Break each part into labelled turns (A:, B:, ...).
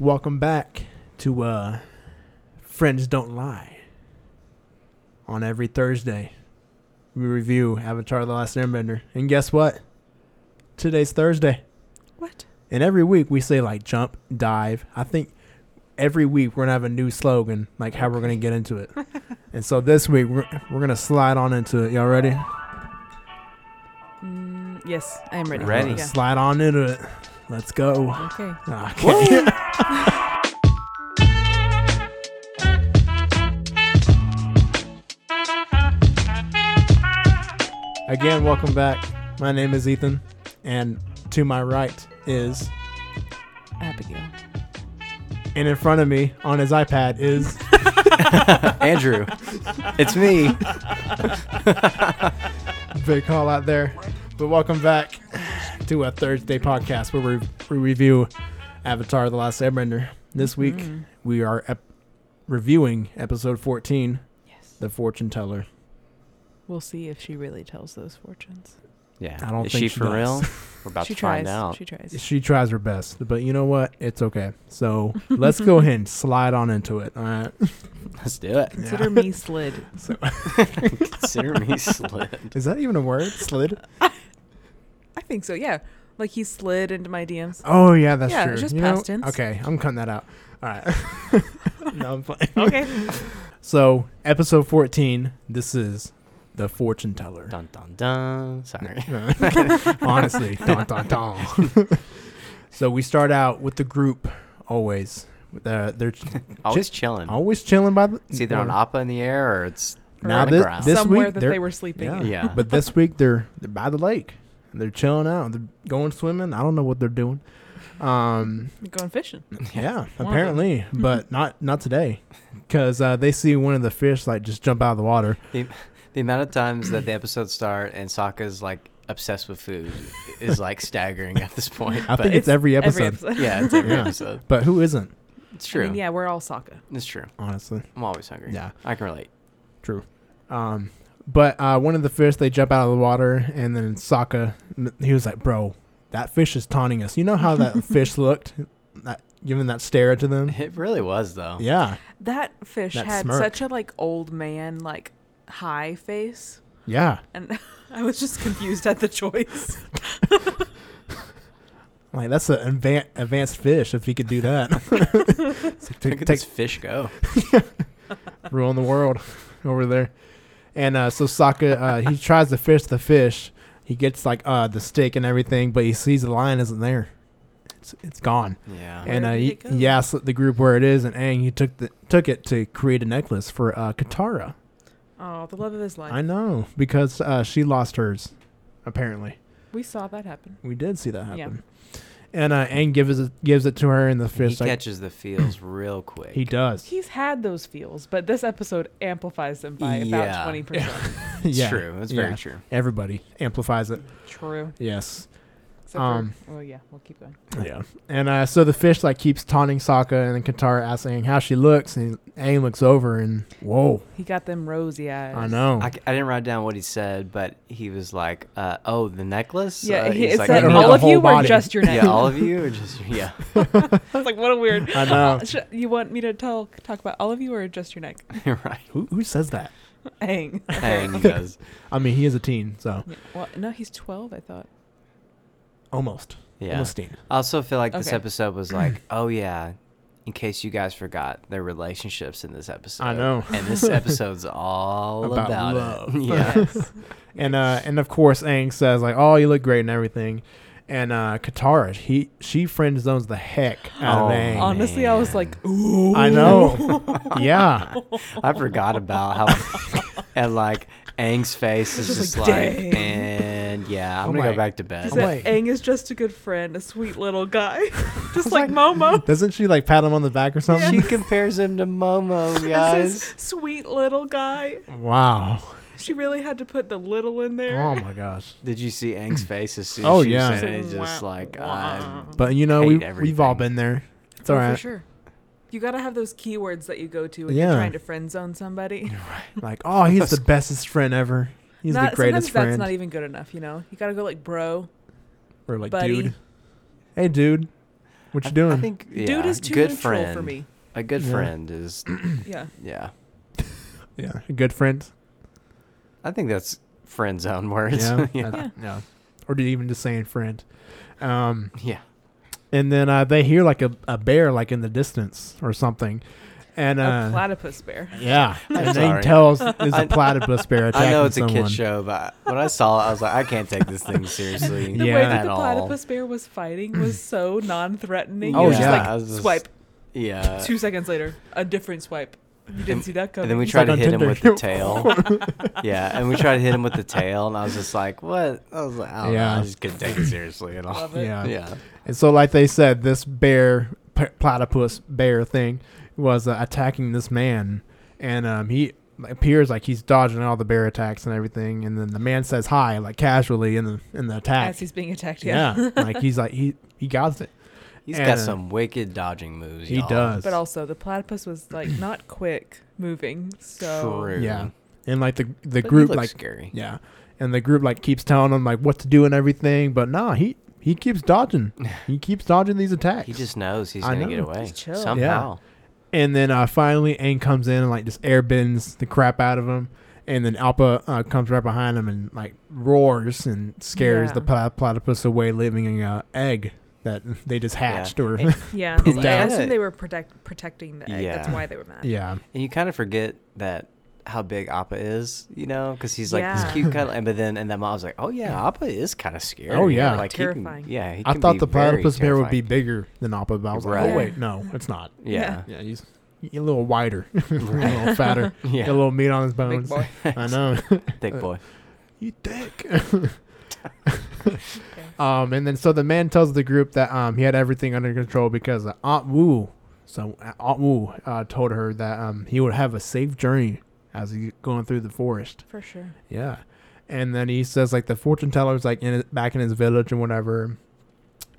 A: Welcome back to uh Friends Don't Lie. On every Thursday, we review Avatar The Last Airbender. And guess what? Today's Thursday.
B: What?
A: And every week we say like jump, dive. I think every week we're gonna have a new slogan, like how we're gonna get into it. and so this week we're, we're gonna slide on into it. Y'all ready?
B: Mm, yes, I am ready.
C: Ready.
B: Yeah.
A: Slide on into it. Let's go.
B: Okay.
A: Okay. Again, welcome back. My name is Ethan, and to my right is,
B: Abigail.
A: and in front of me on his iPad is,
C: Andrew, it's me.
A: big call out there. But welcome back to a Thursday podcast where we, we review Avatar The Last Airbender. This week,
B: Mhm.
A: we are ep- reviewing episode 14,
B: Yes.
A: The Fortune Teller.
B: We'll see if she really tells those fortunes.
C: Yeah.
A: I don't
C: Is
A: think
C: she
A: she
C: for
A: does.
C: real? We're about
B: she
C: to
B: tries.
C: find out.
B: She tries.
A: She tries her best, but you know what? It's okay. So let's go ahead and slide on into it. All right.
C: Let's do it.
B: Consider me slid.
C: Consider me slid.
A: Is that even a word? Slid?
B: I think so. Yeah. Like he slid into my DMs.
A: Oh yeah, that's
B: Yeah,
A: true.
B: it's just
A: You know-
B: past tense.
A: Okay, I'm cutting that out. All right. no, I'm playing.
B: Okay.
A: So episode 14. This is the fortune teller.
C: Dun dun dun. Sorry.
A: No. Honestly, dun, dun, dun. so we start out with the group always. With, uh, they're ch-
C: Always chilling.
A: always chilling by the.
C: It's either on Appa in the air or it's
A: Now
C: on
A: thi-
C: the ground.
A: this
B: Somewhere
A: week
B: that
A: they're-
B: they were sleeping.
A: Yeah.
C: yeah.
A: but this week they're they're by the lake. They're chilling out. They're going swimming. I don't know what they're doing. Um,
B: Going fishing.
A: yeah,
B: them.
A: apparently, but not not today, because uh, they see one of the fish like just jump out of the water.
C: the amount of times that the episodes start and Sokka's like obsessed with food is like staggering at this point.
A: I
C: but
A: think it's, every episode.
B: Every episode.
C: yeah, it's every
A: Yeah.
C: episode.
A: But who isn't?
C: It's
B: I
C: true.
B: mean, yeah, we're all Sokka.
C: It's true.
A: Honestly,
C: I'm always hungry.
A: yeah,
C: I can relate.
A: true. Um, but uh, one of the fish they jump out of the water, and then Sokka, m- he was like, "Bro, that fish is taunting us." You know how that fish looked, that, giving that stare to them.
C: It really was though.
A: Yeah,
B: That fish
A: That
B: had
A: smirk.
B: such a like old man like high face,
A: yeah.
B: and I was just confused at the choice.
A: Like that's an advan- advanced fish if he could do that. It's like,
C: Look
A: take, take
C: at this fish go.
A: ruling the world over there. And uh, so Sokka, uh, he tries to fish the fish. He gets like uh, the stick and everything, but he sees the lion isn't there. It's, it's gone.
C: Yeah.
A: and uh,
B: did
A: he,
B: it go?
A: he asked the group where it is, and Aang he took the took it to create a necklace for uh, Katara.
B: Oh, the love of his life.
A: I know because uh, she lost hers. Apparently,
B: we saw that happen.
A: we did see that
B: Yeah.
A: happen. And uh, Aang gives it gives it to her, and the
C: He
A: fish like
C: catches the feels real quick.
A: he does.
B: He's had those feels, but this episode amplifies them by
C: Yeah.
B: about 20%.
C: It's
A: yeah.
C: true. It's
A: Yeah.
C: very true.
A: Everybody amplifies it.
B: True.
A: Yes.
B: Except
A: Um,
B: for, well, yeah, we'll keep going.
A: Yeah. And uh, so the fish like keeps taunting Sokka, and then Katara asks Aang how she looks, and Aang looks over and whoa,
B: He got them rosy eyes.
A: I know.
C: I, c- I didn't write down what he said, but he was like, uh, "Oh, the necklace."
B: Yeah,
C: uh,
B: he,
C: he's
B: it
C: like,
B: said
A: I don't know
B: all
A: the
B: of you
A: whole
B: were
A: body."
B: just your neck.
C: yeah, all of you, or just yeah,
B: I was like, what a weird.
A: I know.
B: Sh- You want me to tell, talk about all of you or just your neck?
C: right.
A: Who, who says that?
B: Hang.
C: Hang does.
A: I mean, he is a teen, so
B: Yeah, well, no, he's 12, I thought.
A: almost,
C: Yeah.
A: almost teen.
C: I also feel like this
B: Okay.
C: episode was like, "Oh yeah," in case you guys forgot their relationships in this episode.
A: I know.
C: And this episode's all
A: About
C: about,
A: love.
C: it. Yeah.
B: Yes.
A: And uh, and of course Aang says like, "Oh, you look great and everything." And uh, Katara, he she friend zones the heck out
C: Oh,
A: of Aang.
C: man.
B: Honestly, I was like, ooh.
A: I know. yeah.
C: I forgot about how and like Aang's face is
B: Just
C: just,
B: like,
C: like,
B: "Dang."
C: and yeah, I'm
A: Oh
C: gonna
A: my-
C: go back to
B: He
C: bed.
A: I'm
B: said,
A: like-
B: Aang is just a good friend, a sweet little guy. just like, Momo.
A: Doesn't she like pat him on the back or
C: She
A: something?
C: compares him to Momo,
B: This
C: guys.
B: is sweet little guy.
A: Wow.
B: She really had to put the little in there.
A: Oh my gosh.
C: Did you see Aang's face as soon as
A: Oh,
C: she
A: yeah.
C: said it? It's
B: Wow.
C: just like,
B: Wow.
C: I'm
A: But you know
C: Hate
A: we we've all
C: everything.
A: been there. It's
B: Oh,
A: all right.
B: For sure. You gotta have those keywords that you go to when
A: Yeah.
B: you're trying to friend zone somebody.
A: Like, oh, he's the bestest friend ever. He's
B: Not-
A: the greatest
B: sometimes
A: friend.
B: that's not even good enough, you know. You gotta go like bro.
A: or like,
B: buddy.
A: dude. Hey, dude. What you
C: I-
A: doing?
C: I think yeah,
B: Dude is too
C: good
B: neutral
C: friend.
B: for me.
C: A good
A: Yeah.
C: friend is
B: Yeah.
C: yeah.
A: yeah, good friends.
C: I think that's friend zone words.
A: yeah,
C: yeah.
A: I- yeah. Or do you even just saying friend? Um,
C: Yeah.
A: and then uh, they hear like a, a bear like in the distance or something, and
B: a
A: uh,
B: platypus bear.
A: yeah,
C: I'm
A: and they
C: sorry.
A: tell us it's a
C: I-
A: platypus bear attacking
C: I know it's
A: someone.
C: a kid show, but when I saw it, I was like, I can't take this thing seriously.
B: The
A: Yeah.
B: way that
C: at
B: the
C: all.
B: platypus bear was fighting was so non-threatening.
A: Oh,
B: It was
A: yeah.
B: just
C: I
B: like
C: was just-
B: swipe.
C: Yeah.
B: Two seconds later, a different swipe. You didn't see that coming.
C: And then we
A: It's
C: tried
A: like on
C: to hit
A: Tinder.
C: him with the tail. yeah, and we tried to hit him with the tail, and I was just like, "What?" I was like, "I don't know.
A: Yeah.
C: I just couldn't take it seriously at all."
B: Love it.
A: Yeah.
C: Yeah,
A: And so, like they said, this bear, p- platypus bear thing, was uh, attacking this man, and um, he appears like he's dodging all the bear attacks and everything. And then the man says hi, like casually in the in the attack.
B: As he's being attacked, yeah.
A: yeah, like he's like he he got it.
C: he's
A: And,
C: got
A: uh,
C: some wicked dodging moves.
A: He
C: y'all.
A: does.
B: But also, the platypus was like not quick moving. So
C: True.
A: Yeah. And like the the
C: But he
A: group
C: looks
A: like
C: scary.
A: yeah, and the group like keeps telling him like what to do and everything. But nah, he he keeps dodging. he keeps dodging these attacks.
C: He just knows he's
A: I
C: gonna
A: know.
C: get away
B: Just chill. Yeah.
C: somehow.
A: And then uh, finally, Aang comes in and like just airbends the crap out of him. And then Alpa uh, comes right behind him and like roars and scares
B: Yeah.
A: the pla- platypus away, leaving an uh, egg that they just hatched. Or
B: It- yeah,
A: Pooped
B: I
A: out.
B: assume they were protect, protecting the egg. That's
C: Yeah.
B: why they were mad.
A: yeah,
C: And you kind of forget that how big Appa is, you know, because he's like
B: Yeah.
C: this cute kind of. And but then and then I was like, "Oh yeah, Appa is kind of scary."
A: Oh, yeah.
C: like he can-
B: Terrifying.
C: yeah, he
A: I
C: can
A: thought
C: be
A: the
C: very
A: platypus bear would be
C: terrifying.
A: bigger than Alpa, but I was like,
C: Right.
A: oh wait, no, it's not.
C: Yeah.
A: Yeah, he's, he's a little wider, a
C: Right.
A: little fatter,
C: Yeah.
A: got a little meat on his
B: Big
A: bones.
B: boy.
A: I know.
C: thick boy.
A: you dick. um, and then so the man tells the group that um, he had everything under control because uh, Aunt Wu, so uh, Aunt Wu uh, told her that um, he would have a safe journey as he going through the forest.
B: For sure.
A: Yeah, and then he says like the fortune teller's like in back in his village and whatever.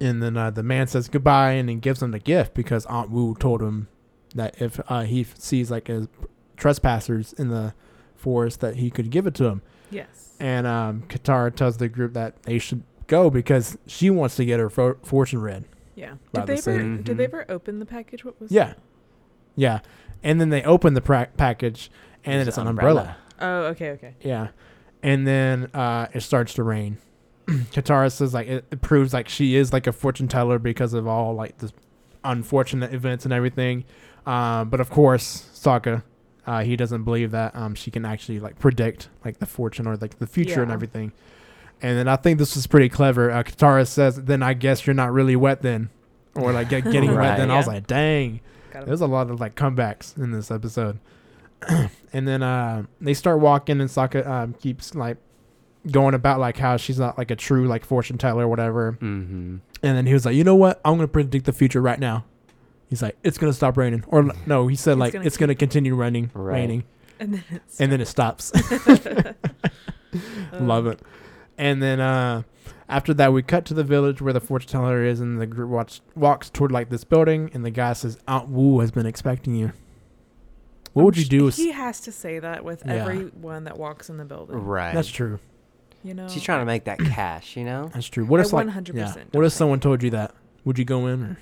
A: And then uh, the man says goodbye and then gives him the gift because Aunt Wu told him that if uh, he f- sees like his trespassers in the forest that he could give it to him.
B: Yes.
A: And um, Katara tells the group that they should go because she wants to get her fo- fortune read.
B: yeah.
A: About
B: Did they
A: the
B: ever?
C: same.
B: Did they
C: Mhm.
B: ever open the package? What was?
A: Yeah. Yeah. And then they open the pra- package and then it's an umbrella.
B: Oh, okay, okay.
A: Yeah. And then uh, it starts to rain. Katara says like it, it proves like she is like a fortune teller because of all like the unfortunate events and everything. Um, but of course, Sokka, uh, he doesn't believe that um, she can actually like predict like the fortune or like the future and
B: Yeah.
A: everything. And then I think this is pretty clever. Uh, Katara says, "Then I guess you're not really wet then." Or like get- getting wet,
C: Right.
A: then I was
B: Yeah.
A: like, "Dang!"
B: Got it.
A: There's a lot of like comebacks in this episode. and then uh, they start walking, and Sokka um, keeps like going about like how she's not like a true like fortune teller or whatever.
C: Mm-hmm.
A: And then he was like, you know what? I'm gonna predict the future right now. He's like, it's gonna stop raining, or l- no? He said
B: It's
A: like
B: gonna
A: it's gonna continue raining,
C: Right.
A: raining,
B: and then it's Um,
A: and then it stops.
B: Uh-huh.
A: Love it. And then uh, after that, we cut to the village where the fortune teller is, and the group watch, walks toward like this building, and the guy says, "Aunt Wu has been expecting you." What would you do? If,
B: He has to say that with
A: Yeah.
B: everyone that walks in the building.
C: Right.
A: that's true.
B: You know.
C: She's trying to make that cash, you know?
A: That's true. What
B: I
A: if like
B: 100%
A: What
B: don't
A: if
B: think-
A: someone told you that? Would you go in? Or?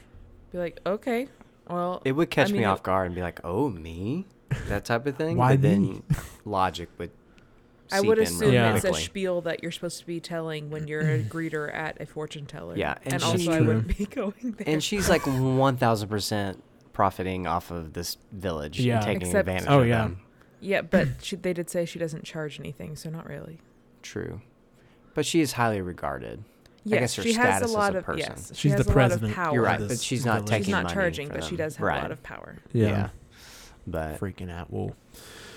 B: Be like, okay, well,
C: It would catch
B: I
C: me
B: mean,
C: off guard and be like, "Oh, me?" That type of thing.
A: Why
C: but
A: me?
C: then logic would
B: I would
C: seep in
B: assume
C: really
A: Yeah.
B: it's a
C: quickly.
B: spiel that you're supposed to be telling when you're a greeter at a fortune teller.
C: Yeah, and
B: and,
C: she-
B: also I
A: True.
B: wouldn't be going there.
C: And she's like 1000% profiting off of this village
A: Yeah.
C: and taking
B: Except-
C: advantage
A: Oh,
C: of
A: yeah.
C: them.
B: yeah, but she, they did say she doesn't charge anything, so not really.
C: True. But she is highly regarded.
B: Yes,
C: guess her
B: she has
C: status
B: a
C: as
B: lot
C: a
B: of
C: person.
B: yes, she
A: She's
B: has
A: the
B: a lot of
A: president.
B: power.
C: You're right,
A: of
C: but
A: this
C: she's not
A: village.
C: taking
B: She's not
C: money
B: charging,
C: for
B: but she
C: them.
B: does have a
C: Right.
B: lot of power.
A: Yeah.
C: But
A: Freaking out. Well,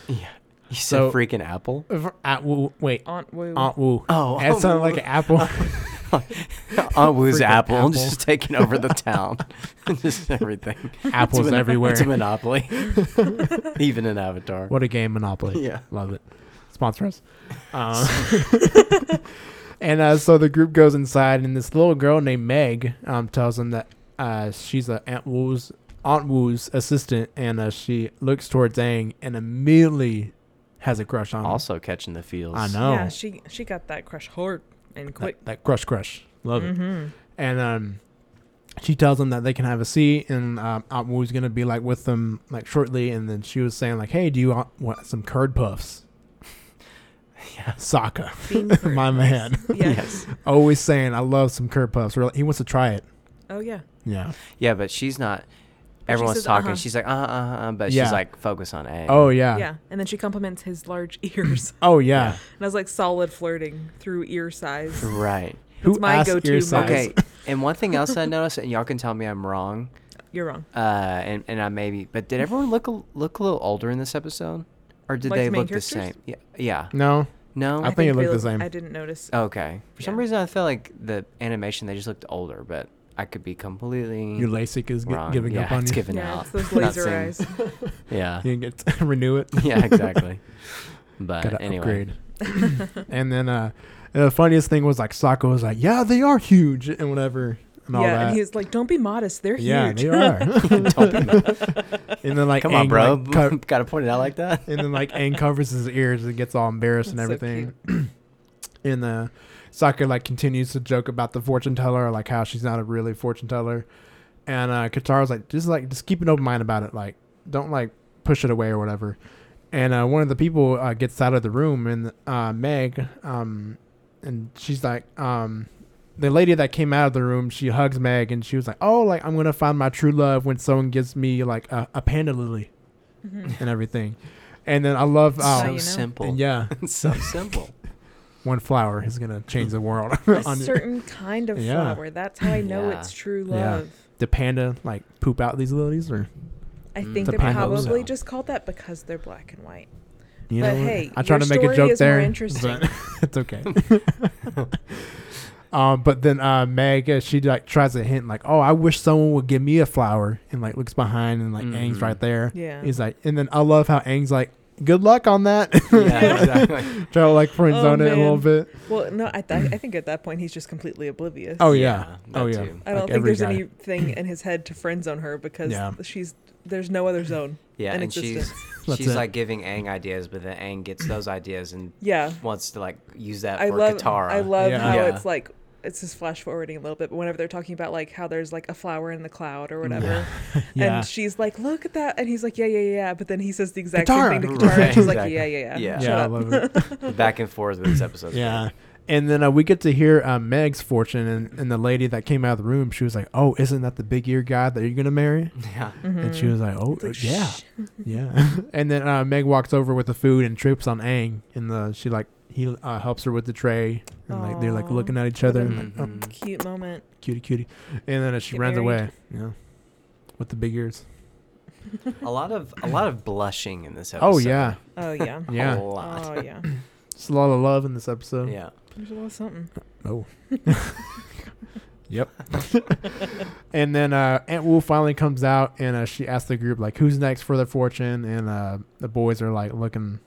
C: yeah. You
A: So-
C: said freaking apple?
A: at Wu. Wait.
B: Aunt Wu.
A: Aunt Wu.
C: Oh,
A: that
C: Aunt
A: sounded
C: Wu.
A: like an apple.
C: Aunt Wu's
A: Freaking
C: apple,
A: apple.
C: just taking over the town. just everything.
A: Apples
C: It's a mon-
A: everywhere.
C: It's a monopoly. Even an avatar.
A: What a game, Monopoly.
C: Yeah.
A: Love it. Sponsor us. Uh, and uh, so the group goes inside, and this little girl named Meg um, tells them that uh, she's uh, Aunt Wu's Aunt Wu's assistant, and uh, she looks towards Aang and immediately has a crush on him.
C: Also catching the feels.
A: Uh-huh. I know.
B: Yeah, she she got that crush hard and
A: That,
B: quick.
A: that crush, crush. Love it.
B: Mm-hmm.
A: And um, she tells them that they can have a seat, and um, Aunt Wu's gonna be like with them like shortly. And then she was saying like, "Hey, do you want, want some curd puffs?"
C: Yeah.
A: Sokka,
B: Being
A: my
B: curd
A: man,
B: puffs. Yeah.
C: Yes.
A: always saying, "I love some curd puffs." Really, he wants to try it.
B: Oh yeah.
A: Yeah.
C: Yeah, but she's not.
B: she
C: Everyone's
B: says,
C: talking.
B: uh-huh.
C: She's like, uh uh uh, uh, but
A: Yeah.
C: she's like, focus on A.
A: Oh yeah.
B: Yeah. And then she compliments his large ears.
A: Oh yeah.
C: Yeah.
B: And I was like solid flirting through ear size.
C: Right.
A: Who
B: It's my
A: asked
B: go-to
A: ear
B: move.
A: size?
C: Okay. and one thing else I noticed, and y'all can tell me I'm wrong,
B: You're wrong.
C: uh, and, and I maybe, but did everyone look a, look a little older in this episode? Or did
B: Like
C: they
B: the main
C: look the
B: characters?
C: same? Yeah. yeah.
A: No.
C: No?
A: I think it looked
B: they
A: the same.
B: I didn't notice.
C: okay. For some
B: Yeah.
C: reason, I feel like the animation, they just looked older, but I could be completely
A: Your LASIK is gi-
C: Mm. wrong.
A: giving
C: yeah,
A: up on
C: it's
A: you.
C: giving
B: yeah,
C: out.
B: it's those
C: Not
B: laser
C: seeing-
B: eyes.
C: Yeah.
A: you get to renew it.
C: yeah, exactly. But
A: Gotta
C: anyway,
A: upgrade. and then uh, the funniest thing was like Sokka was like, "Yeah, they are huge and whatever and all
B: yeah,
A: that."
B: and he's like, "Don't be modest. They're
A: yeah,
B: huge."
A: they are. and then like,
C: come on,
A: Aang,
C: bro.
A: like, co-
C: Gotta point it out like that.
A: and then like Aang covers his ears and gets all embarrassed and
B: That's so
A: everything. and uh, Sokka like continues to joke about the fortune teller, like how she's not a really fortune teller. And uh, Katara's like, just like just keep an open mind about it, like don't like push it away or whatever. And uh, one of the people uh, gets out of the room, and uh, Meg, um, and she's like, um, the lady that came out of the room, she hugs Meg, and she was like, "Oh, like I'm gonna find my true love when someone gives me like a, a panda lily and everything." And then I love,
B: Wow. you
C: so
A: um,
B: know.
C: simple.
A: and yeah,
C: It's so simple.
A: one flower is gonna change the world.
B: a
A: On
B: certain kind of
A: Yeah.
B: flower. That's how I know
C: Yeah.
B: it's true
A: Yeah.
B: love.
A: the panda like poop out these lilies, or
B: I
C: Mm.
B: think
A: The
B: they're
A: pineapple.
B: probably just called that because they're black and white.
A: you
B: But
A: know, what?
B: hey,
A: I tried
B: your
A: to make a
B: story
A: joke
B: is more
A: there,
B: interesting.
A: but it's okay. um, but then uh, Meg, uh, she like tries to hint like, "Oh, I wish someone would give me a flower," and like looks behind and like Aang's
C: Mhm.
A: right there.
B: Yeah.
A: He's like, and then I love how Aang's like, "Good luck on that."
C: yeah, exactly.
A: Try to like friend
B: Oh,
A: zone it a little bit.
B: Well, no, I, th- I think at that point he's just completely oblivious.
A: Mm. Oh yeah.
C: Uh, that
A: oh yeah.
C: too.
B: I don't
A: Like
B: think
A: every
B: there's
A: guy.
B: anything in his head to friend zone her because
A: Yeah.
B: she's there's no other zone.
C: Yeah,
B: in
C: and she's
B: existence.
A: That's
C: she's
A: it.
C: like giving Aang ideas, but then Aang gets those ideas and
B: Yeah,
C: wants to like use that
B: I
C: for
B: love
C: Katara.
B: I love
A: Yeah.
B: how
C: Yeah.
B: it's like it's just flash forwarding a little bit, but whenever they're talking about like how there's like a flower in the cloud or whatever,
A: Yeah.
B: and she's like, "Look at that," and he's like, "Yeah, yeah, yeah," but then he says the exact
A: Katara.
B: same thing to Katara,
C: Right,
B: and she's like,
C: exactly.
B: "Yeah, yeah, yeah."
C: Yeah.
B: shut
A: yeah, I
B: up."
A: love it.
C: The back and forth with this episode.
A: Yeah. And then uh, we get to hear uh, Meg's fortune, and, and the lady that came out of the room, she was like, "Oh, isn't that the big ear guy that you're gonna marry?"
C: yeah,
A: And she was like, "Oh,
B: Mm-hmm. Hmm. like,
A: yeah, yeah." and then uh, Meg walks over with the food and trips on Aang, and the, she like he uh, helps her with the tray, and like they're like
B: Aw.
A: looking at each other, and like, oh,
C: Mhm.
B: Cute moment.
A: cutie, cutie, and then uh, she
B: Get
A: runs
B: married.
A: away, yeah, with the big ears.
C: a lot of a lot of blushing in this episode.
A: Oh yeah,
B: Oh yeah.
A: yeah.
C: a lot.
B: oh yeah.
A: It's a lot of love in this episode.
C: Yeah,
B: There's a lot of something.
A: Oh. yep. and then uh, Aunt Wu finally comes out and uh, she asks the group like, "Who's next for their fortune?" And uh, the boys are like looking.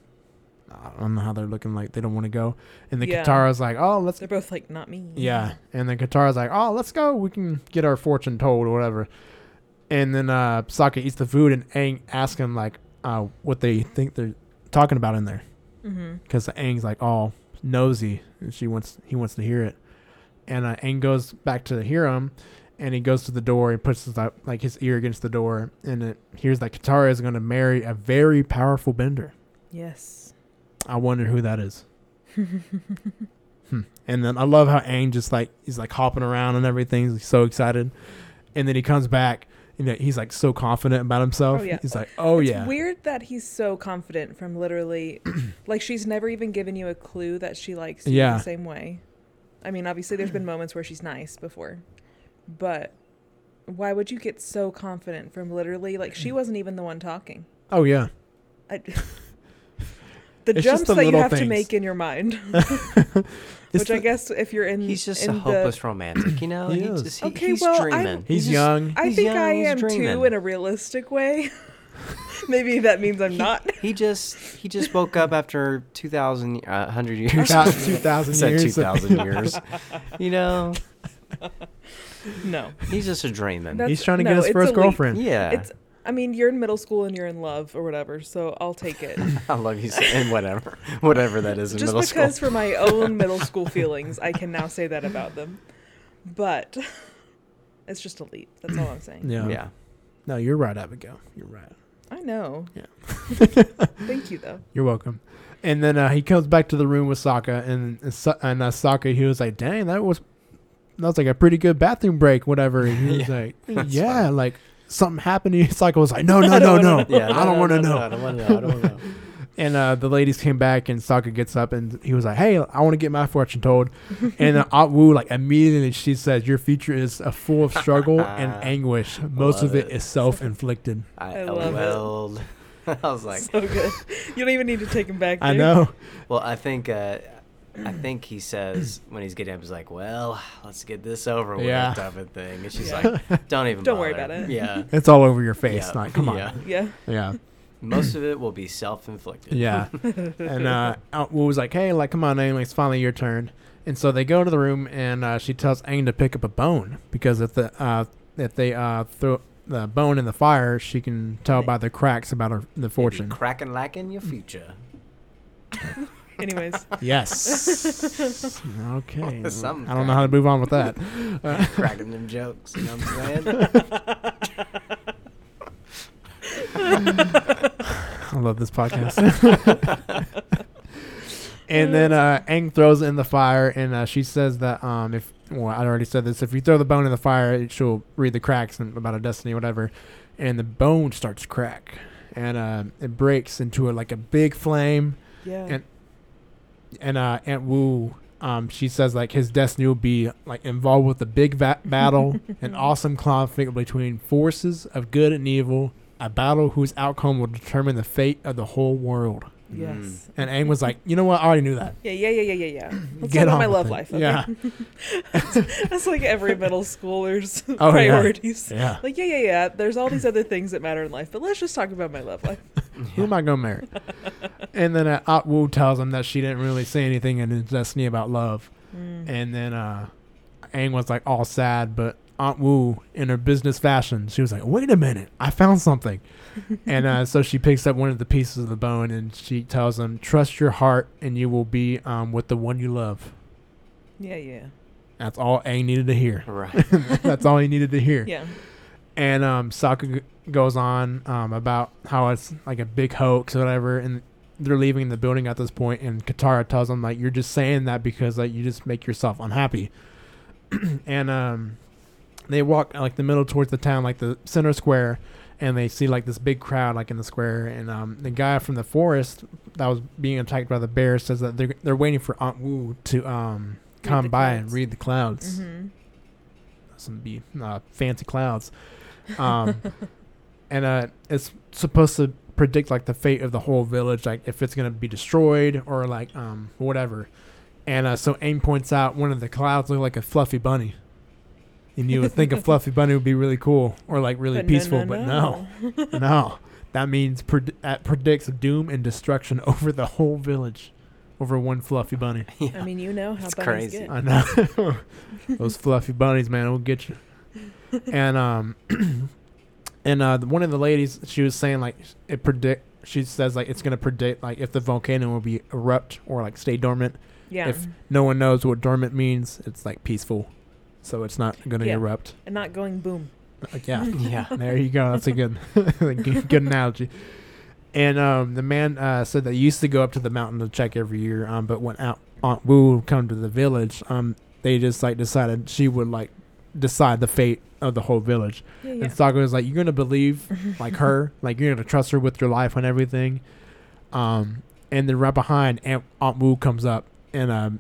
A: I don't know how they're looking like they don't want to go. And the
B: Yeah.
A: Katara's like, "Oh, let's
B: They're both like, "Not me."
A: yeah." And then Katara's like, "Oh, let's go. We can get our fortune told or whatever." And then uh, Sokka eats the food and Aang asks him like, uh, "What they think they're talking about in there."
B: Mm-hmm.
A: because Aang's like all nosy, and she wants he wants to hear it. And uh, Aang goes back to hear him, and he goes to the door and puts his uh, like his ear against the door, and it hears that Katara is going to marry a very powerful bender.
B: Yes.
A: I wonder who that is. hmm. And then I love how Aang just like he's like hopping around and everything. He's so excited, and then he comes back. And he's like so confident about himself.
B: Oh, yeah.
A: He's like, oh
B: It's
A: yeah,
B: Weird that he's so confident from literally, like she's never even given you a clue that she likes you
A: Yeah.
B: the same way. I mean, obviously there's been moments where she's nice before, but why would you get so confident from literally like
A: Mm.
B: she wasn't even the one talking?
A: oh yeah.
B: I, the
A: It's just
B: jumps
A: the
B: that you
A: little
B: have to
A: things.
B: make in your mind,
A: It's
B: which
A: the-
B: I guess if you're in,
C: he's just
B: in
C: a
B: the-
C: hopeless romantic. You know,
A: He
C: He
A: is.
C: just- he-
B: Okay,
C: he's
B: well, I'm-
C: dreaming.
A: he's
C: just-
A: young.
B: I
C: he's
B: think
C: young,
B: I
C: he's
B: am too
C: dreaming.
B: in a realistic way. Maybe that means I'm not.
C: He just he just woke up after 2,000 uh, 100
A: Two
C: years.
A: thou- 2,000
C: Said
A: years.
C: 2,000 years. You know,
B: No.
C: he's just a dreaming.
B: That's-
A: He's trying to
B: no,
A: get his
B: it's
A: first
B: elite.
A: girlfriend.
C: yeah.
B: It's. I mean, you're in middle school and you're in love or whatever, so I'll take it.
C: I love you so- and whatever, whatever that is in
B: Just
C: middle
B: because
C: school.
B: for my own middle school feelings, I can now say that about them. But It's just elite. That's all I'm saying.
A: Yeah.
C: Yeah.
A: No, you're right, Abigail. You're right.
B: I know.
A: Yeah.
B: Thank you though.
A: You're welcome. And then uh, he comes back to the room with Sokka, and and, Sa- and uh, Sokka, he was like, "Dang, that was that was like a pretty good bathroom break, whatever." And he was like,
C: that's
A: "Yeah,
C: fine.
A: like something happened." to you." Sokka was like, "No, no,
B: I
A: no,
B: don't
A: no,
B: wanna
C: Yeah.
A: I don't want to know."
C: I don't want to know. I don't want to know.
A: And uh, the ladies came back, and Sokka gets up, and he was like, "Hey, I want to get my fortune told." and uh, Aunt Wu, like immediately, she says, "Your future is a full of struggle and anguish. Most
C: Love
A: of it
C: it.
A: is self-inflicted."
C: I,
B: I love it.
C: lol I was like,
B: so good. You don't even need to take him back.
A: I
B: dude.
A: know.
C: well, I think, uh, I think he says when he's getting up, he's like, well, let's get this over with,
A: Yeah.
C: type of thing. And she's
B: Yeah.
C: like, don't even.
B: Don't worry
C: bother."
B: about it.
C: Yeah.
A: It's all over your face.
C: Yeah.
A: Like, come on.
C: Yeah.
B: Yeah.
A: yeah.
C: Most of it will be self-inflicted.
A: Yeah. and uh, Aunt Wu was like, hey, like, come on, Aang, like, it's finally your turn. And so they go to the room, and uh, she tells Aang to pick up a bone because if the uh, if they uh, throw the bone in the fire, she can tell by the cracks about her the
C: You'll be
A: fortune.
C: Cracking like in your future.
B: Anyways,
A: yes. Okay. I
C: Some
A: don't know how to move on with that. Uh,
C: Cracking them jokes. You know what I'm saying?
A: I love this podcast. and then uh, Aang throws it in the fire, and uh, she says that um, if well, I already said this, if you throw the bone in the fire, it, she'll read the cracks and about a destiny, whatever. And the bone starts to crack, and uh, it breaks into a, like a big flame.
B: yeah.
A: And- And uh, Aunt Wu, um, she says like his destiny will be like involved with a big va- battle, an awesome conflict between forces of good and evil. A battle whose outcome will determine the fate of the whole world.
B: yes.
A: And Aang was like, you know what? I already knew that.
B: Yeah, yeah, yeah, yeah, yeah, yeah. Let's
A: Get
B: talk about
A: on
B: my
A: with
B: love
A: it.
B: life. Okay?
A: Yeah.
B: That's like every middle schooler's
A: Oh, yeah.
B: priorities.
A: Yeah.
B: Like, yeah, yeah, yeah. There's all these other things that matter in life, but let's just talk about my love life.
A: Who am I gonna marry? and then uh, Aunt Wu tells him that she didn't really say anything in his destiny about love.
B: Mm.
A: And then uh, Aang was like all sad, but Aunt Wu, in her business fashion, she was like, "Wait a minute, I found something." and uh, so she picks up one of the pieces of the bone and she tells him, "Trust your heart, and you will be um, with the one you love."
B: Yeah, yeah,
A: That's all Aang needed to hear.
C: Right.
A: That's all he needed to hear.
B: yeah.
A: And um, Sokka g- goes on um, about how it's like a big hoax or whatever, and they're leaving the building at this point, and Katara tells them like you're just saying that because like you just make yourself unhappy. and um, they walk like the middle towards the town, like the center square, and they see like this big crowd like in the square, and um, the guy from the forest that was being attacked by the bear says that they're they're waiting for Aunt Wu to um
B: the
A: come by and
B: clouds.
A: read the clouds
B: Mm-hmm.
A: some be uh, fancy clouds, um, and uh, it's supposed to predict like the fate of the whole village, like if it's gonna be destroyed or like um, whatever. And uh, so Aang points out one of the clouds looked like a fluffy bunny, and you would think a fluffy bunny would be really cool or like really peaceful, but no, no. that means pred- that predicts doom and destruction over the whole village, over one fluffy bunny.
B: I mean, you know how
C: That's
B: bunnies
C: crazy.
B: get.
A: I know. Those fluffy bunnies, man, will get you. And um, and uh, the- one of the ladies, she was saying like it predict. She says like it's gonna predict like if the volcano will be erupt or like stay dormant.
B: yeah,
A: If no one knows what dormant means, it's like peaceful, so it's not gonna
B: Yeah.
A: erupt.
B: and not going boom.
A: Like, yeah.
C: yeah.
A: There you go. That's a good, good, good analogy. And um, the man uh, said that he used to go up to the mountain to check every year, um, but when Aunt, Aunt Wu would come to the village, um, they just like decided she would like decide the fate of the whole village.
B: Yeah,
A: And
B: yeah.
A: Sokka was like, "You're gonna believe like her, like you're gonna trust her with your life and everything." Um, and then right behind Aunt, Aunt Wu comes up, and um,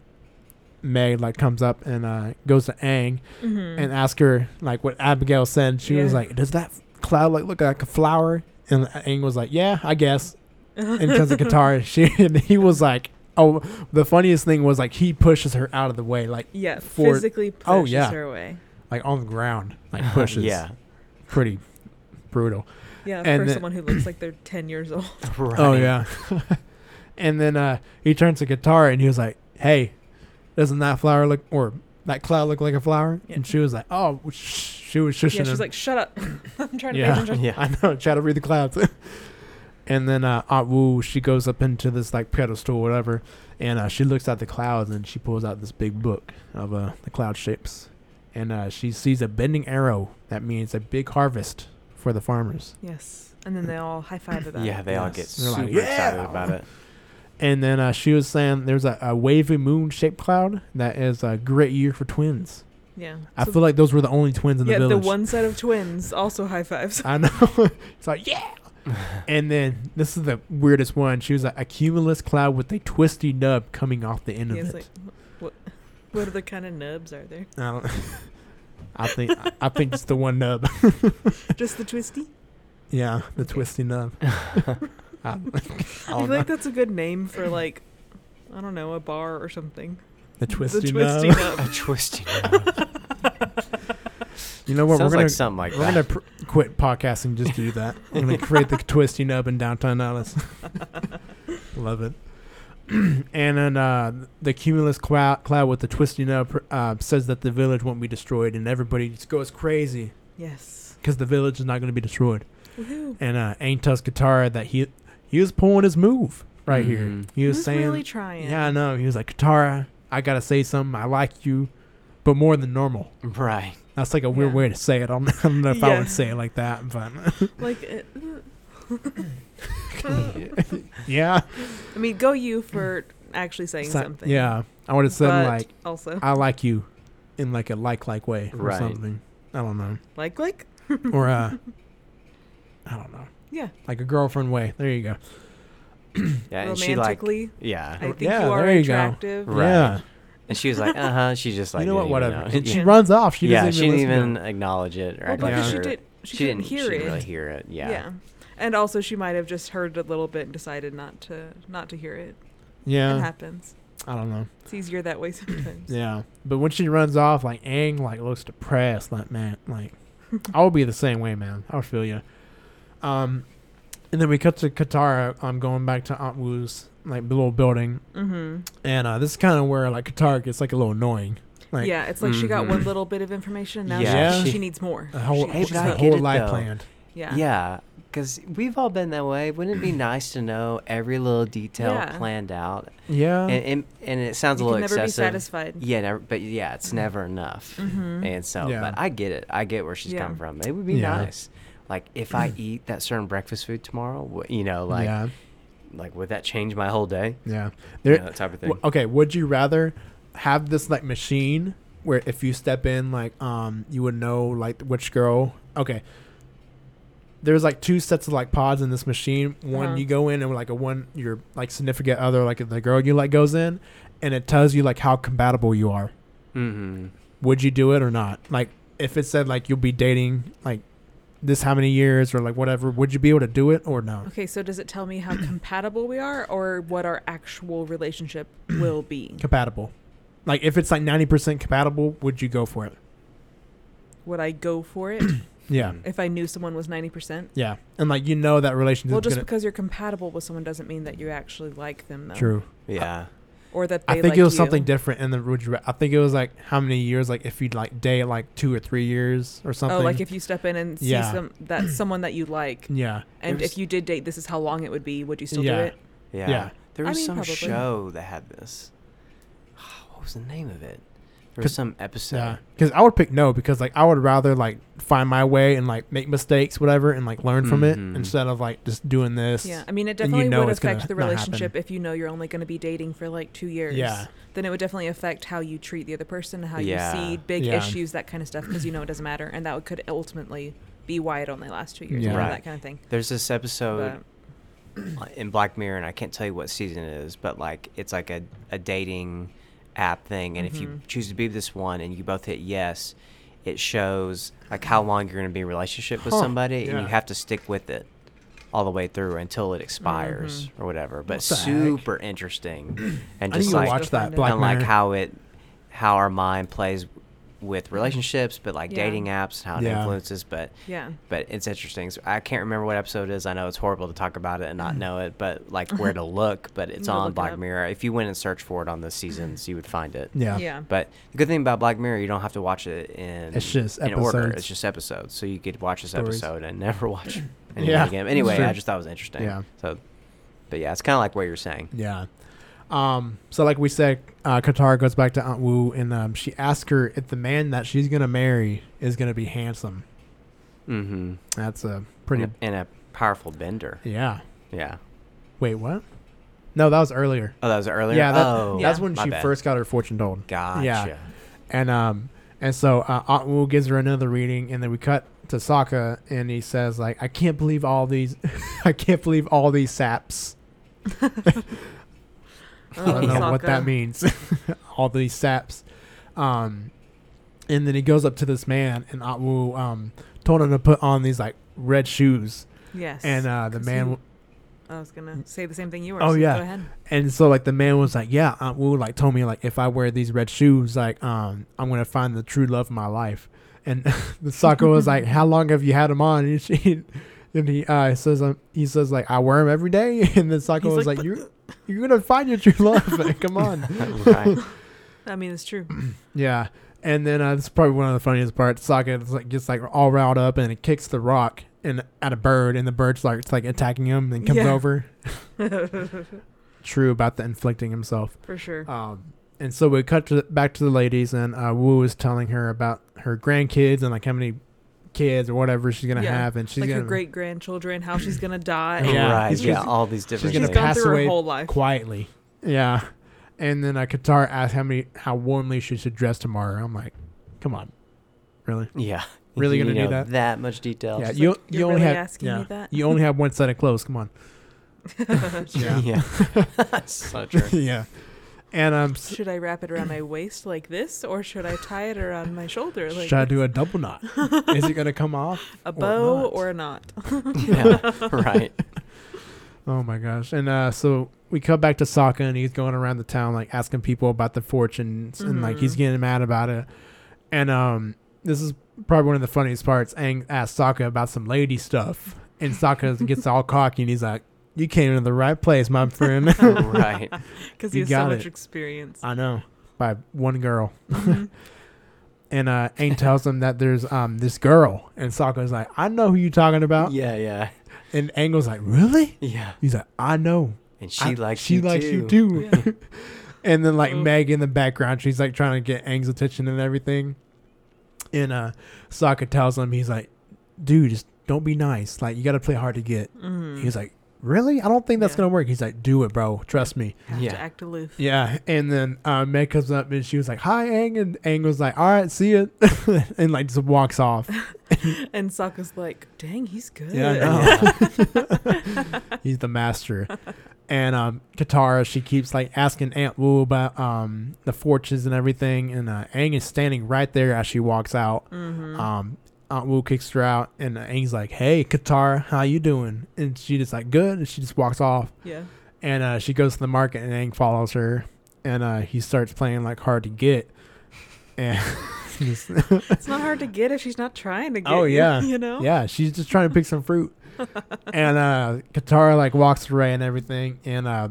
A: Meg like comes up and uh, goes to Aang,
B: Mm-hmm.
A: and ask her like what Abigail said. She was
B: Yeah.
A: like, "Does that cloud like look like a flower?" And Aang was like, "Yeah, I guess." And because of Katara, she and he was like, "Oh." The funniest thing was like he pushes her out of the way, like
B: yeah,
A: for-
B: physically pushes
A: Oh, yeah.
B: her away.
A: like on the ground, like pushes.
C: Yeah.
A: pretty brutal.
B: Yeah,
A: And
B: for
A: the-
B: someone who looks like they're ten years old.
C: Right.
A: Oh yeah. and then uh, he turns to Katara and he was like, "Hey, doesn't that flower look or that cloud look like a flower?"
B: Yeah.
A: And she was like, "Oh." sh- She was shushing
B: yeah,
A: him.
B: she's like, shut up. I'm trying to pay
A: Yeah,
B: attention.
C: Yeah.
A: I know. Try to read the clouds. and then uh, Aunt Wu, she goes up into this like pedestal, or whatever, and uh, she looks at the clouds and she pulls out this big book of uh, the cloud shapes, and uh, she sees a bending arrow. That means a big harvest for the farmers.
B: Yes. And then they all high five about
C: Yeah,
B: it.
C: they all
A: Yes.
C: get
A: They're
C: super
A: like,
C: excited
A: "Yeah!"
C: about it.
A: And then uh, she was saying there's a, a wavy moon shaped cloud that is a great year for twins.
B: Yeah.
A: I
B: So-
A: feel like those were the only twins in the
B: yeah,
A: village.
B: the one set of twins also high fives.
A: I know. it's like, yeah. and then this is the weirdest one. She was like, a cumulus cloud with a twisty nub coming off the end
B: Yeah,
A: of it.
B: it's like, what, what other kind of nubs are there?
A: I, don't, I think I think it's the one nub.
B: Just the twisty?
A: Oh, yeah, the
B: Okay.
A: twisty nub. I,
B: I feel like that's a good name for like, I don't know, a bar or something.
A: the twisty,
B: the twisty
A: nub.
B: nub.
C: A twisty. nub.
A: You know what?
C: Sounds
A: we're gonna
C: like something like
A: we're gonna
C: that.
A: pr- quit podcasting just to do that. We're gonna create the twisty nub in downtown Dallas. Love it. and then uh, the cumulus cloud, cloud with the twisty nub pr- uh, says that the village won't be destroyed, and everybody just goes crazy
B: Yes.
A: because the village is not going to be destroyed.
B: Woohoo.
A: And uh, Aintus Katara, that he he was pulling his move right here.
C: Mhm.
A: He was
B: Who's
A: saying,
B: really trying?
A: "Yeah, I know." He was like, "Katara, I gotta say something. I like you, but more than normal."
C: Right.
A: That's like a weird
B: Yeah.
A: way to say it. I don't, I don't know if I
B: Yeah.
A: would say it like that, but
B: Like, uh, it,
A: yeah,
B: I mean, go you for actually saying
A: So-
B: something.
A: yeah. I would have said
B: but
A: like,
B: also
A: "I like you," in like a like like way or
C: Right.
A: something. I don't know,
B: like like
A: or uh, I don't know,
B: yeah,
A: like a girlfriend way. There you go.
C: Yeah, and she like.
B: romantically. I
C: Yeah.
B: think
A: Yeah,
B: you are
A: there you go.
B: attractive.
C: Right.
A: Yeah,
C: And she was like, uh huh. She just like.
A: you know what?
C: didn't even
A: Whatever.
C: know.
A: And she
B: Yeah.
A: runs off. She
C: yeah,
A: doesn't
C: she didn't
A: listen to him.
C: even acknowledge it or
B: Well,
A: Yeah.
B: because
C: acknowledge
B: she
C: her-
B: did. She,
C: she
B: didn't hear
C: she
B: it.
C: didn't really hear it.
B: yeah.
C: Yeah.
B: And also, she might have just heard a little bit and decided not to not to hear it. It
A: Yeah,
B: happens.
A: I don't know.
B: It's easier that way sometimes.
A: Yeah, but when she runs off, like Aang, like looks depressed. Like man, like I would be the same way, man. I would feel you. Um, and then we cut to Katara. I'm um, going back to Aunt Wu's like little building,
B: Mm-hmm.
A: and uh, this is kind of where like Katara gets like a little annoying. Like mm-hmm.
B: yeah, it's like she got
C: Mhm.
B: one little bit of information. Now
A: Yeah.
B: she,
A: Yeah.
B: she needs more.
A: the whole,
B: She-
C: Hey,
A: she's
B: she's
C: but I
A: the
B: like,
C: get
A: whole
C: it,
A: life
C: though.
A: planned.
B: yeah.
C: Yeah, because we've all been that way. Wouldn't it be nice to know every little detail
B: Yeah.
C: planned out?
A: Yeah,
C: And, and, and it sounds
B: You
C: a
B: can
C: little
B: never be
C: excessive.
B: satisfied.
C: Yeah, never, but yeah, it's never enough.
B: Mhm.
C: And so,
A: Yeah.
C: but I get it. I get where she's
B: Yeah.
C: coming from. It would be
A: Yeah.
C: nice. Like if I eat that certain breakfast food tomorrow, wh- you know, like
A: yeah,
C: like would that change my whole day?
A: yeah.
C: You
A: There,
C: know, that type of thing.
A: w- okay, would you rather have this like machine where if you step in, like, um, you would know like which girl? Okay, there's like two sets of like pods in this machine. One
B: Uh-huh.
A: you go in and like a one your like significant other, like the girl you like goes in, and it tells you like how compatible you are.
C: mm-hmm.
A: Would you do it or not? Like, if it said like you'll be dating like this how many years or like whatever, would you be able to do it or no?
B: Okay, so does it tell me how compatible we are or what our actual relationship will be?
A: Compatible. Like if it's like ninety percent compatible, would you go for it?
B: Would I go for it
A: Yeah.
B: if I knew someone was 90%?
A: Yeah, and like you know that relationship.
B: Well, just
A: gonna,
B: because you're compatible with someone doesn't mean that you actually like them, though.
A: true.
C: Yeah.
B: Or that
A: I
B: they
A: think
B: like
A: it was
B: you.
A: something different in the would you. ra- I think it was like how many years? Like if you'd like date like two or three years or something.
B: Oh, like if you step in and see
A: Yeah.
B: some that someone that you like,
A: yeah,
B: and
C: There's-
B: if you did date, this is how long it would be. Would you still
A: Yeah.
B: do it?
C: Yeah.
A: Yeah.
C: There
B: I
C: was
B: mean,
C: some
B: probably.
C: show that had this. Ah, What was the name of it? There was some episode.
A: yeah. Because I would pick no because like I would rather like find my way and like make mistakes whatever and like learn from
C: Mhm.
A: it instead of like just doing this.
B: Yeah, I mean, it
A: And you
B: definitely
A: know
B: would
A: it's gonna
B: affect the
A: not happen.
B: relationship if you know you're only going to be dating for like two years.
A: Yeah.
B: Then it would definitely affect how you treat the other person, how
C: Yeah.
B: you see big
A: Yeah.
B: issues, that kind of stuff, because you know it doesn't matter, and that would, could ultimately be why it only lasts two years,
A: Yeah.
B: or
C: Right.
B: that kind of thing.
C: There's this episode
B: But
C: in Black Mirror, and I can't tell you what season it is, but like it's like a, a dating app thing, and if you
B: Mhm.
C: choose to be this one and you both hit yes, it shows like how long you're going to be in a relationship with
A: Huh,
C: somebody, and
A: yeah.
C: you have to stick with it all the way through until it expires
B: Mm-hmm.
C: or whatever. But
A: What the heck?
C: super interesting, and
A: I need
C: just
A: to
C: like
A: watch that.
B: And
A: Black
C: and
A: Mirror.
C: like how it how our mind plays with relationships but like
B: Yeah.
C: dating apps and how it
A: Yeah.
C: influences but
B: yeah,
C: but it's interesting so i can't remember what episode it is i know it's horrible to talk about it and
A: Mm-hmm.
C: not know it but like where to look but it's
B: You'll look
C: on
B: it
C: black
B: up.
C: mirror if you went and searched for it on the seasons you would find it
A: yeah,
B: yeah.
C: but the good thing about black mirror you don't have to watch it in
A: It's just
C: in order
A: episodes.
C: it's just episodes so you could watch this
A: Stories.
C: episode and never watch anything
A: Yeah,
C: again
A: it's
C: anyway
A: true.
C: i just thought it was interesting
A: Yeah.
C: so but yeah it's kind of like what you're saying
A: yeah. Um, so like we said, uh, Katara goes back to Aunt Wu, and um, she asks her if the man that she's gonna marry is gonna be handsome.
C: Mm-hmm.
A: That's a pretty,
C: and a, and a powerful bender.
A: yeah.
C: Yeah.
A: Wait, what? No, that was earlier.
C: Oh, that was earlier.
A: Yeah, that,
C: oh,
A: that's when
C: my
A: she
C: bad.
A: first got her fortune told.
C: Gotcha.
A: And um and so uh, Aunt Wu gives her another reading, and then we cut to Sokka, and he says like, "I can't believe all these, I can't believe all these saps."
B: Oh,
A: I don't know what that means. all these saps. Um, and then he goes up to this man, and Aunt Wu um told him to put on these like red shoes,
D: Yes.
A: and uh the
D: 'cause
A: man.
D: he-
A: w-
D: I was gonna say the same thing you were.
A: Oh,
D: so
A: yeah.
D: Go ahead.
A: And so like the man was like, "Yeah, Aunt Wu like told me like if I wear these red shoes, like um I'm gonna find the true love of my life." And the Sokka was like, "How long have you had them on?" And she. And he uh, says, um, he says like I wear them every day, and then Sokka
D: He's
A: was
D: like,
A: like, "You, you're gonna find your true love. like, Come on."
C: right.
D: I mean, it's true.
A: Yeah, and then uh, this is probably one of the funniest parts. Sokka is, like gets like all riled up and it kicks the rock and at a bird, and the bird's like it's like attacking him and comes
D: Yeah.
A: over. True about the inflicting himself.
D: For sure.
A: Um, and so we cut to the, back to the ladies, and uh, Wu is telling her about her grandkids and like how many kids or whatever she's gonna
D: Yeah,
A: have, and she's
D: like her
A: gonna
D: great grandchildren, how she's gonna die.
A: Yeah.
C: Right.
A: He's
C: yeah.
A: just-
C: all these different.
A: gonna
D: She's
C: things.
D: gone
A: pass
D: through
A: away
D: her whole life.
A: quietly. Yeah, and then uh, Katara asks how many how warmly she should dress tomorrow. I'm like, come on, really?
C: Yeah.
A: Really
C: You
A: gonna do
C: know
A: that?
C: That much detail.
A: Yeah,
D: She's
A: you
D: like,
A: you
D: "You're
A: only
D: really
A: have
D: asking
A: yeah,
D: me that?"
A: you only have one set of clothes. Come on. yeah.
C: Yeah. That's so true.
A: yeah. And um, s-
D: Should I wrap it around my waist like this, or should I tie it around my shoulder like
A: should I do a double knot? Is it gonna come off?
D: a bow
A: not?
D: or a knot?
C: yeah. Right.
A: Oh my gosh! And uh, so we come back to Sokka, and he's going around the town like asking people about the fortunes, and like he's
D: Mhm.
A: getting mad about it. And um, this is probably one of the funniest parts. Aang asks Sokka about some lady stuff, and Sokka gets all cocky, and he's like, "You came to the right place, my friend."
C: right.
D: Because he
A: You
D: has so
A: got
D: much
A: it.
D: experience.
A: I know by one girl.
D: Mhm.
A: and uh, Aang tells him that there's um this girl, and Sokka's like, I know who you talking about,
C: Yeah. Yeah.
A: and Aang was like, really?
C: Yeah.
A: He's like, I know.
C: And she
A: I-
C: likes
A: she
C: you
A: likes
C: too.
A: you too.
D: Yeah.
A: And then like
D: Oh.
A: Meg in the background, she's like trying to get Aang's attention and everything. And uh, Sokka tells him, he's like, dude, just don't be nice. Like you got to play hard to get.
C: Mm.
D: Mhm.
A: He's like, really? I don't think that's
D: Yeah.
A: gonna work. He's like, do it, bro. Trust me.
D: Have
C: Yeah.
D: to act aloof.
A: Yeah, and then uh, Meg comes up and she was like, "Hi, Aang," and Aang was like, "All right, see ya," and like just walks off.
D: And Sokka's like, dang, he's good.
A: Yeah, I know. He's the master. And um, Katara, she keeps like asking Aunt Wu about um the fortunes and everything, and uh, Aang is standing right there as she walks out.
D: Mhm.
A: Um, Aunt Wu kicks her out, and uh, Aang's like, "Hey, Katara, how you doing?" And she just like, "Good," and she just walks off.
D: yeah.
A: And uh, she goes to the market, and Aang follows her, and uh, he starts playing like hard to get, and just-
D: It's not hard to get if she's not trying to get.
A: Oh,
D: you,
A: yeah.
D: You know.
A: Yeah, she's just trying to pick some fruit. and uh Katara like walks away and everything and uh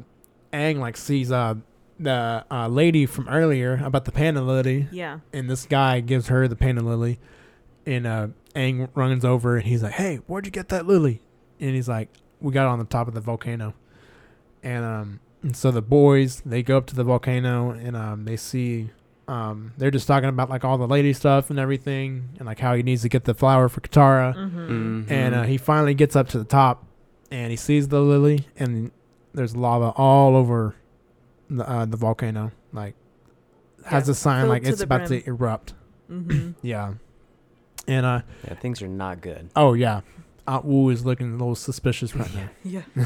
A: Aang like sees uh the uh, lady from earlier about the panda lily
D: Yeah.
A: and this guy gives her the panda lily and uh Aang runs over and he's like, Hey, where'd you get that lily? And he's like, We got it on the top of the volcano. And um and so the boys they go up to the volcano and um they see um they're just talking about like all the lady stuff and everything and like how he needs to get the flower for Katara
D: Mm-hmm.
C: Mhm.
A: and uh, he finally gets up to the top and he sees the lily and there's lava all over the, uh, the volcano like has
D: Yeah,
A: a sign
D: filled
A: like
D: to
A: it's
D: the
A: about
D: brim.
A: to erupt
D: Mm-hmm.
A: yeah and uh
C: yeah, things are not good.
A: oh yeah aunt wu is looking a little suspicious right now
D: Yeah.
A: a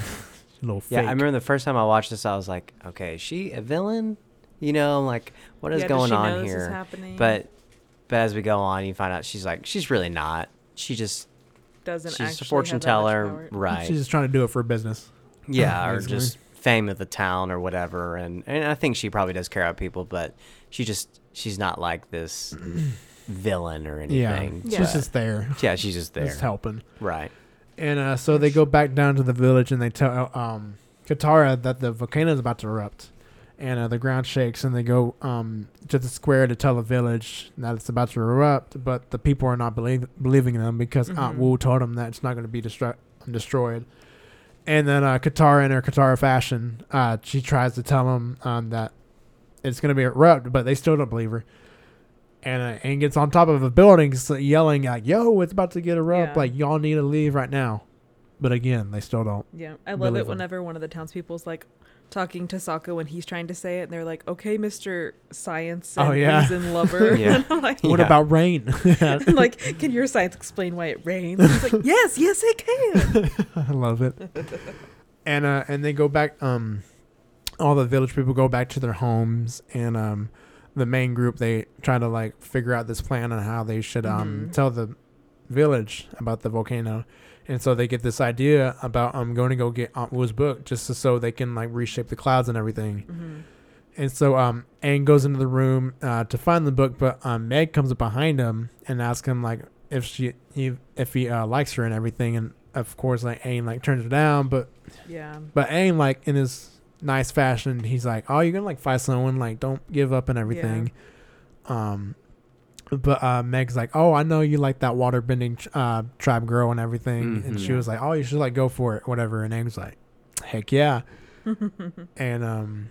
A: little fake
C: Yeah, I remember the first time I watched this, I was like, okay, is she a villain? You know, I'm like, what is
D: Yeah, does
C: going
D: she
C: on
D: know this is
C: here?
D: happening?
C: But but as we go on, you find out she's like, she's really not. She just
D: doesn't
C: she's
D: actually
C: just a
D: have
C: fortune
D: that much
C: teller,
D: power.
C: right?
A: she's just trying to do it for business
C: yeah, or
A: basically.
C: just fame of the town or whatever. And and I think she probably does care about people, but she just she's not like this villain or
A: yeah,
C: anything.
A: she's
C: but-
A: just there
C: yeah, she's just there,
A: just helping
C: right?
A: And uh, so they go back down to the village and they tell um, Katara that the volcano is about to erupt. And uh, the ground shakes and they go um, to the square to tell the village that it's about to erupt. But the people are not believe- believing them because Aunt
D: Mhm.
A: Wu told them that it's not going to be destru- destroyed. And then uh, Katara, in her Katara fashion, uh, she tries to tell him um, that it's going to be erupt, but they still don't believe her. And uh, and gets on top of a building, s- yelling like, "Yo, it's about to get erupt!
B: Yeah.
A: Like y'all need to leave right now." But again, they still don't.
D: Yeah, I love
A: Believe
D: it
A: him.
D: whenever one of the townspeople's like talking to Sokka when he's trying to say it, and they're like, "Okay, Mister Science and
A: Oh, yeah.
D: Reason Lover."
C: Yeah.
D: And I'm like,
A: What
C: Yeah.
A: about rain?
D: I'm like, can your science explain why it rains? And he's like, yes, yes, it can.
A: I love it. and uh, and they go back. Um, all the village people go back to their homes, and um, the main group they try to like figure out this plan on how they should um
D: Mhm.
A: tell the village about the volcano. And so they get this idea about um going to go get Aunt Wu's book just so- so they can like reshape the clouds and everything.
C: Mm-hmm.
D: Mhm.
A: And so um Aang goes into the room uh, to find the book, but um Meg comes up behind him and asks him like if she he, if he uh, likes her and everything, and of course like Aang like turns her down, but
D: Yeah.
A: but Aang like in his nice fashion, he's like, oh, you're gonna like fight someone, like don't give up and everything. Um, but uh, Meg's like, oh, I know you like that water bending uh, tribe girl and everything, and
C: Mhm.
A: she was like, oh, you should like go for it, whatever. And Aang's like, heck yeah. and um,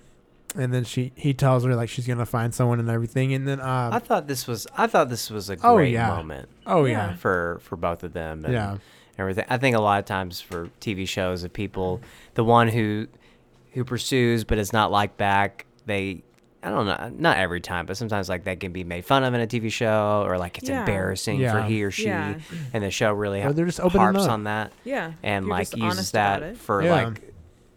A: and then she he tells her like she's gonna find someone and everything, and then
C: I
A: uh,
C: thought this was I thought this was a great
A: Oh, yeah.
C: moment
A: oh
D: Yeah.
A: yeah,
C: for for both of them.
A: yeah,
C: And everything. I think a lot of times for TV shows, if people, the one who who pursues but is not liked back, they I don't know, not every time, but sometimes like they can be made fun of in a TV show or like it's
D: Yeah.
C: embarrassing
A: Yeah.
C: for he or she,
D: Yeah.
C: and the show really
A: Or they're just opening
C: harps
A: up.
C: on that
D: Yeah.
C: and
D: If you're
C: like
D: just
C: uses
D: honest about
C: that
D: it.
C: for
A: Yeah.
C: like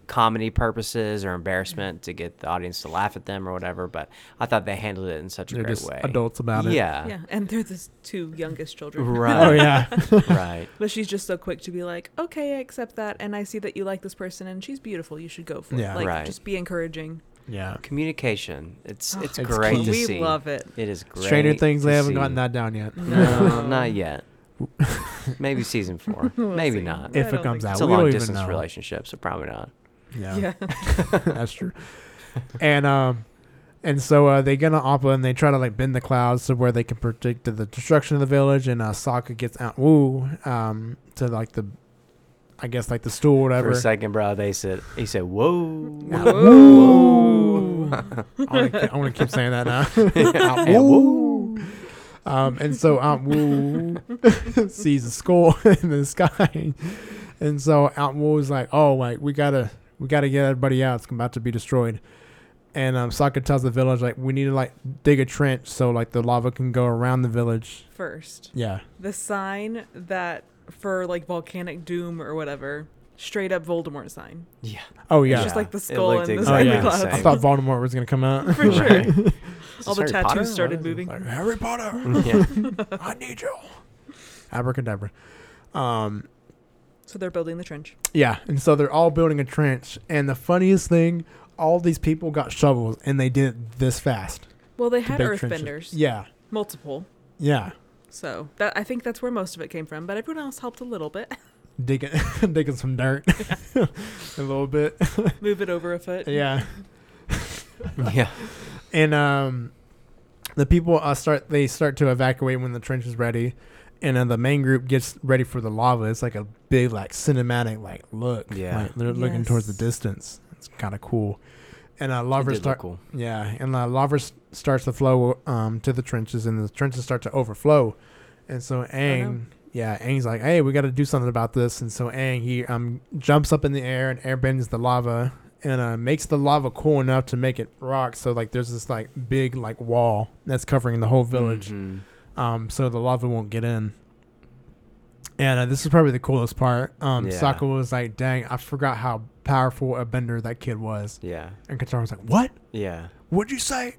C: comedy purposes or embarrassment to get the audience to laugh at them or whatever. But I thought they handled it in such a
A: they're
C: great
A: just
C: way.
A: adults about it.
C: Yeah.
D: Yeah, and they're the s- two youngest children.
A: Oh
C: Right.
A: yeah.
C: Right.
D: But she's just so quick to be like, okay, I accept that, and I see that you like this person, and she's beautiful. You should go for
A: Yeah.
D: it. Like,
C: Right.
D: just be encouraging.
A: yeah.
C: Communication. It's it's,
A: It's
C: great
A: key.
C: to
D: we
C: see.
D: love it.
C: It is great.
A: Stranger Things,
C: to
A: they haven't
C: see.
A: gotten that down yet.
C: No,
D: No.
C: not yet. Maybe season four. Maybe
D: see.
C: not.
D: I don't
A: if it
D: think
A: comes
D: so.
A: out,
C: It's a
A: we don't
C: long
A: even
C: distance
A: know.
C: relationship, so probably not.
A: Yeah.
D: Yeah.
A: That's true. and um, and so uh, they get on Appa and they try to like bend the clouds to where they can predict the destruction of the village. And uh, Sokka gets Aunt Wu um to like the, I guess like the stool or
C: For
A: whatever.
C: a second, bro, they said he said, "Whoa,
A: Whoa. I want to keep saying that now. Aunt
C: Aunt
A: Wu. Um, and so Aunt Wu sees a skull in the sky, and so Aunt Wu is like, "Oh, like we gotta, we gotta get everybody out. It's about to be destroyed." And um, Sokka tells the village like, "We need to like dig a trench so like the lava can go around the village."
D: First,
A: Yeah,
D: the sign that for like volcanic doom or whatever, straight up Voldemort sign.
C: yeah,
A: Oh
D: It's
A: yeah.
D: just like the
C: It
D: skull
C: looked
D: and the
A: exactly
D: sand
A: the
D: clouds.
C: same.
A: I thought Voldemort was gonna come out.
D: For sure.
C: Right.
D: All
C: Is
D: the
C: this Harry
D: tattoos
C: Potter?
D: started
C: What is
D: moving.
A: Like, Harry Potter,
C: it? yeah,
A: I need you. Abracadabra. Um,
D: So they're building the trench.
A: Yeah, and so they're all building a trench. And the funniest thing, all these people got shovels, and they did it this fast.
D: Well, they
A: to
D: had
A: dig trenches.
D: earthbenders,
A: Yeah,
D: multiple.
A: yeah.
D: So that I think that's where most of it came from, but everyone else helped a little bit.
A: Digging, digging some dirt, a little bit.
D: Move it over a foot.
A: Yeah,
C: yeah.
A: and um, the people uh, start they start to evacuate when the trench is ready, and then the main group gets ready for the lava. It's like a big like cinematic like look.
C: Yeah.
A: like, they're looking towards the
D: Yes.
A: distance. It's kind of cool. And uh,
C: It
A: lovers
C: did
A: start
C: look cool.
A: Yeah, and the lava s- starts to flow um, to the trenches, and the trenches start to overflow, and so Aang, yeah, Aang's like, "Hey, we got to do something about this," and so Aang he um jumps up in the air and airbends the lava and uh, makes the lava cool enough to make it rock. So like, there's this like big like wall that's covering the whole village,
C: Mhm.
A: um, so the lava won't get in. And uh, this is probably the coolest part. Um,
C: Yeah.
A: Sokka was like, "Dang, I forgot how powerful a bender that kid was,"
C: Yeah,
A: and Katara was like, "What?
C: yeah.
A: What'd you say?"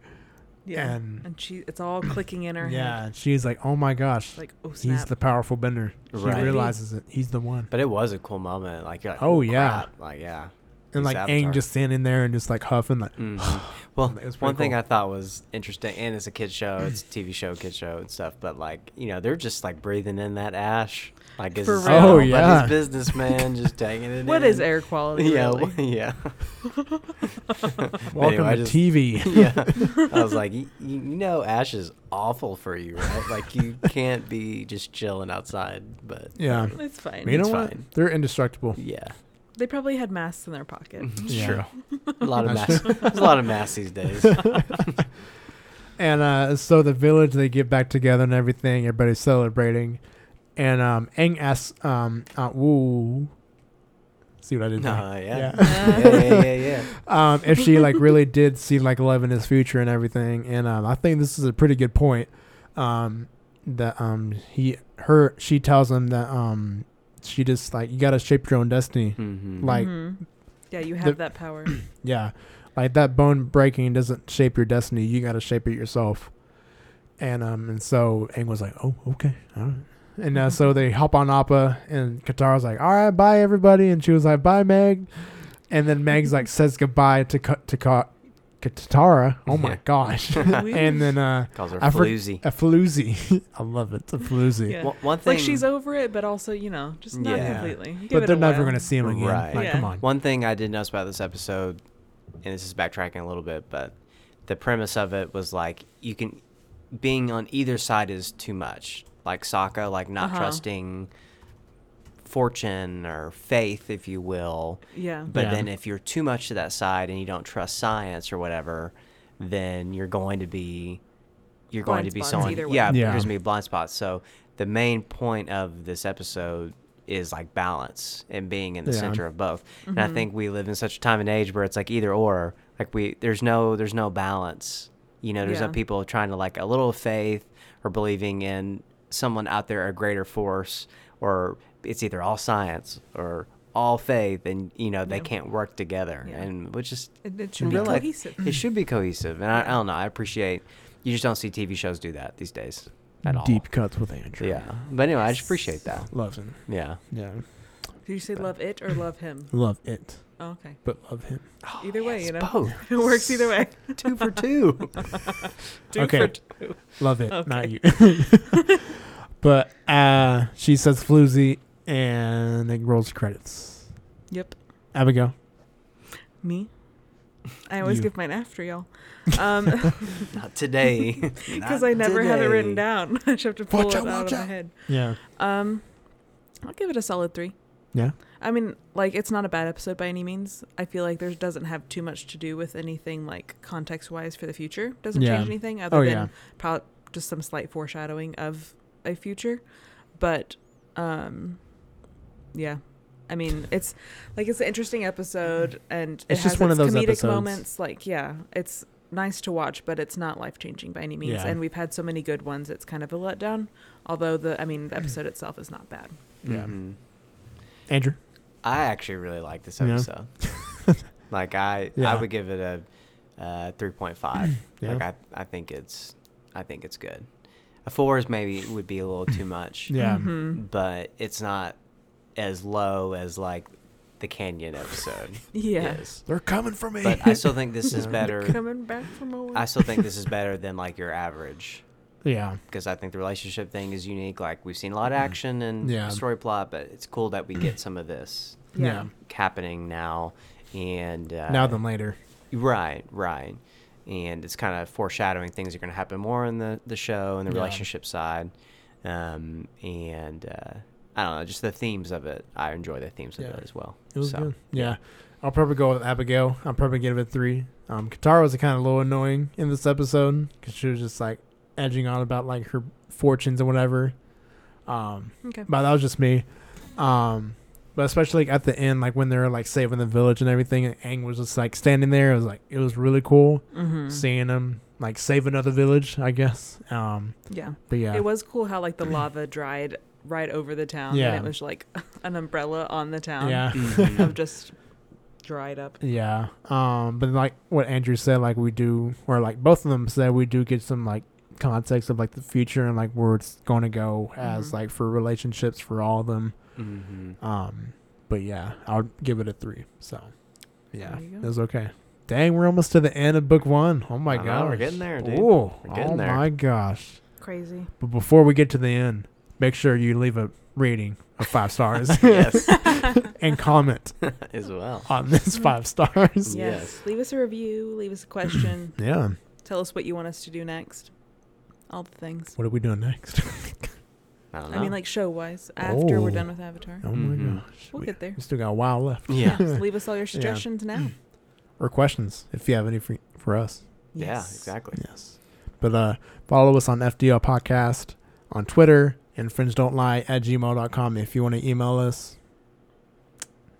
D: Yeah.
A: And
D: And she, it's all clicking in her
A: yeah,
D: head.
A: and she's like, oh my gosh,
D: Like, oh snap.
A: he's the powerful bender. She
C: Right.
A: realizes it. He's the one.
C: But it was a cool moment. Like, you're like
A: Oh,
C: oh,
A: yeah.
C: crap." like yeah.
A: And
C: he's
A: like
C: Avatar.
A: Aang just standing there and just like huffing, like,
C: Mhm. Well,
A: It Mm-hmm. was pretty
C: one thing
A: cool.
C: I thought was interesting, and it's a kid show, it's a TV show, kid show, and stuff. But like, you know, they're just like breathing in that ash, like it's
D: For
C: his
D: real.
C: own,
D: Oh,
C: but
A: yeah.
C: his businessman just taking it.
D: What
C: in.
D: is air quality?
C: Yeah,
D: really?
C: w- yeah. But
A: welcome
C: anyway, I
A: to
C: just-
A: TV.
C: yeah, I was like, y- you know, ash is awful for you, right? Like you can't be just chilling outside, but
A: yeah.
D: It's fine.
A: You know
C: It's
A: what?
C: fine.
A: They're indestructible.
C: yeah,
B: They probably had masks in their pocket.
C: Mhm.
A: Yeah.
C: Sure. A lot of
A: That's
C: mass. There's a lot of mass these days.
A: And uh, so the village, they get back together and everything. Everybody's celebrating. And um, Aang asks um, Aunt Wu, see what I did there?
C: Uh, yeah.
A: Yeah.
C: Yeah. yeah, yeah, yeah,
A: um, if she like really did see like love in his future and everything. And um, I think this is a pretty good point. Um, that um, he her she tells him that um, she just like you gotta shape your own destiny.
C: Mhm.
A: Like
B: Mhm. yeah, you have
A: Mm-hmm. the-
B: that power.
A: yeah, like that bone breaking doesn't shape your destiny. You gotta shape it yourself. And um, and so Aang was like, oh okay, all right. And uh, so they hop on Appa, and Katara's like, all right, bye everybody. And she was like, bye Meg. And then Meg's like says goodbye to Ka- to Ka- Katara. Oh my
C: Yeah.
A: gosh. and then uh,
C: Calls her
A: I for-
C: floozy.
A: a floozy. I love it. It's a floozy.
B: Yeah.
C: One, one thing.
B: Like she's over it, but also you know, just not
C: Yeah.
B: completely. Give it
A: But
B: a
A: they're never
B: while.
A: gonna see him again.
C: Right.
A: Like,
B: Yeah.
A: come on.
C: One thing I did notice about this episode, and this is backtracking a little bit, but the premise of it was like you can being on either side is too much. Like Sokka, like not
B: Uh-huh.
C: trusting fortune or faith, if you will.
B: Yeah.
C: But
A: Yeah.
C: then if you're too much to that side and you don't trust science or whatever, then you're going to be you're going
B: Blind
C: to be
B: spots
C: someone
B: either way.
C: yeah,
A: Yeah.
C: there's gonna be blind spots. So the main point of this episode is like balance and being in the
A: Yeah.
C: center of both. And
B: Mm-hmm.
C: I think we live in such a time and age where it's like either or. Like we there's no there's no balance. You know, there's no
B: Yeah.
C: people trying to like a little faith or believing in someone out there a greater force or it's either all science or all faith and you know they
B: Yeah.
C: can't work together
B: Yeah.
C: and which is
B: It, it
C: in
B: should be
C: real life,
B: cohesive.
C: it should be cohesive and I, I don't know i appreciate you just don't see tv shows do that these days at all
A: Deep cuts with Andrew.
C: yeah but anyway i just appreciate that
A: Loves him.
C: yeah
A: Yeah.
B: Did you say love it or love him?
A: Love it,
B: Oh, okay.
A: but love him.
B: Oh, Either way, you know.
C: both
B: It works either way.
C: two for two
B: Two
A: Okay.
B: for two.
A: Love it, not you. but uh, she says floozy and it rolls credits.
B: Yep.
A: Abigail.
B: Me. I always
A: You.
B: give mine after y'all. Um,
C: not today
B: because
C: because
B: I never had it written down. I just have to pull
A: Watch
B: it
A: out,
B: out,
A: watch
B: of my
A: out.
B: head.
A: Yeah.
B: Um, I'll give it a solid three.
A: Yeah.
B: I mean, like it's not a bad episode by any means. I feel like there doesn't have too much to do with anything like context wise for the future. Doesn't
A: Yeah.
B: change anything other
A: Oh,
B: than
A: yeah.
B: prob- just some slight foreshadowing of a future. But um, yeah. I mean, it's like it's an interesting episode, and it
A: It's
B: has
A: just one
B: its
A: of those
B: comedic
A: episodes.
B: moments. Like, yeah, it's nice to watch, but it's not life changing by any means.
A: Yeah.
B: And we've had so many good ones; it's kind of a letdown. Although the, I
A: Mm-hmm.
B: mean, the episode itself is not bad.
A: Yeah.
C: Mhm.
A: Andrew.
C: I actually really like this
A: Yeah.
C: episode. like I,
A: Yeah.
C: I would give it a, uh three point five.
A: Yeah.
C: Like I, I think it's, I think it's good. A four is maybe would be a little too much.
A: Yeah.
B: Mhm.
C: But it's not as low as like the Canyon episode
B: Yeah.
C: is.
A: They're coming for me.
C: But I still think this is
A: Yeah.
C: better.
B: Coming back from a
C: I still think this is better than like your average
A: yeah.
C: because I think the relationship thing is unique. Like we've seen a lot of action and
A: Mm-hmm. Yeah.
C: story plot, but it's cool that we get some of this
A: Yeah.
C: happening now and uh,
A: now than later.
C: right right and it's kind of foreshadowing things that are going to happen more in the the show and the
A: Yeah.
C: relationship side um and uh i don't know just the themes of it i enjoy the themes
A: Yeah.
C: of it as well
A: It was
C: so
A: good. Yeah. I'll probably go with Abigail. I'll probably give it a three. Um, Katara was kind of a little annoying in this episode because she was just like edging on about like her fortunes and whatever. Um,
B: Okay.
A: but that was just me. Um, but especially like at the end, like when they were like saving the village and everything, and Aang was just like standing there. It was like it was really cool
B: Mm-hmm.
A: seeing him like save another village. I guess. Um,
B: Yeah.
A: but yeah,
B: It was cool how like the lava dried right over the town.
A: Yeah.
B: And it was like an umbrella on the town.
A: yeah,
B: Of just dried up.
A: yeah. Um, but like what Andrew said, like we do, or like both of them said, we do get some like context of like the future and like where it's going to go as
B: Mhm.
C: Mm-hmm.
A: like for relationships for all of them.
C: hmm
A: Um, but yeah, I'll give it a three. So, yeah,
B: There you
A: it
B: go.
A: was okay. Dang, we're almost to the end of book one. Oh my
C: I know,
A: gosh,
C: we're getting there, dude.
A: Ooh,
C: We're getting
A: oh
C: there.
A: my gosh!
B: Crazy.
A: But before we get to the end, make sure you leave a rating of five stars
C: yes
A: and comment
C: as well
A: on this five stars.
B: Yes.
C: Yes.
B: Leave us a review. Leave us a question.
A: Yeah.
B: Tell us what you want us to do next. All the things.
A: What are we doing next?
C: I don't know.
B: I mean, like show wise, after we're done
A: Oh.
B: with Avatar,
A: Oh
C: Mhm.
A: my gosh.
B: we'll
A: we,
B: get there.
A: we still got a while left.
C: yeah,
B: Just leave us all your suggestions now.
A: Or questions if you have any for, for us.
C: yeah,
B: Yes.
C: exactly.
A: Yes. But uh, follow us on FDL Podcast on Twitter and Friends Don't Lie at gmail.com if you want to email us.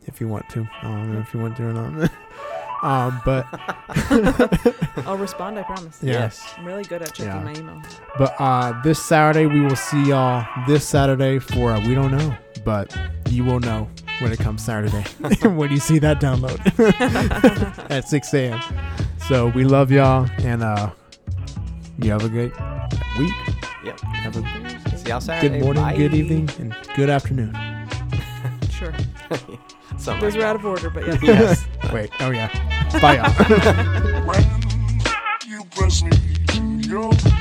A: If you want to. I don't know if you want to or not. um, but
B: I'll respond. I promise.
A: Yeah.
C: Yes.
B: I'm really good at checking
A: Yeah.
B: my email.
A: but uh, this Saturday, we will see y'all this Saturday for uh, We Don't Know. But you will know when it comes Saturday when you see that download at 6 a.m. So we love y'all and uh, you have a great week.
C: Yep.
A: Have a
C: See y'all Saturday.
A: good morning,
C: Bye.
A: good evening, and good afternoon.
B: Sure.
C: Something
B: Those
C: like
B: were out of order, but yeah.
C: Yes.
A: Wait, oh yeah. Bye y'all.
E: When you press me to your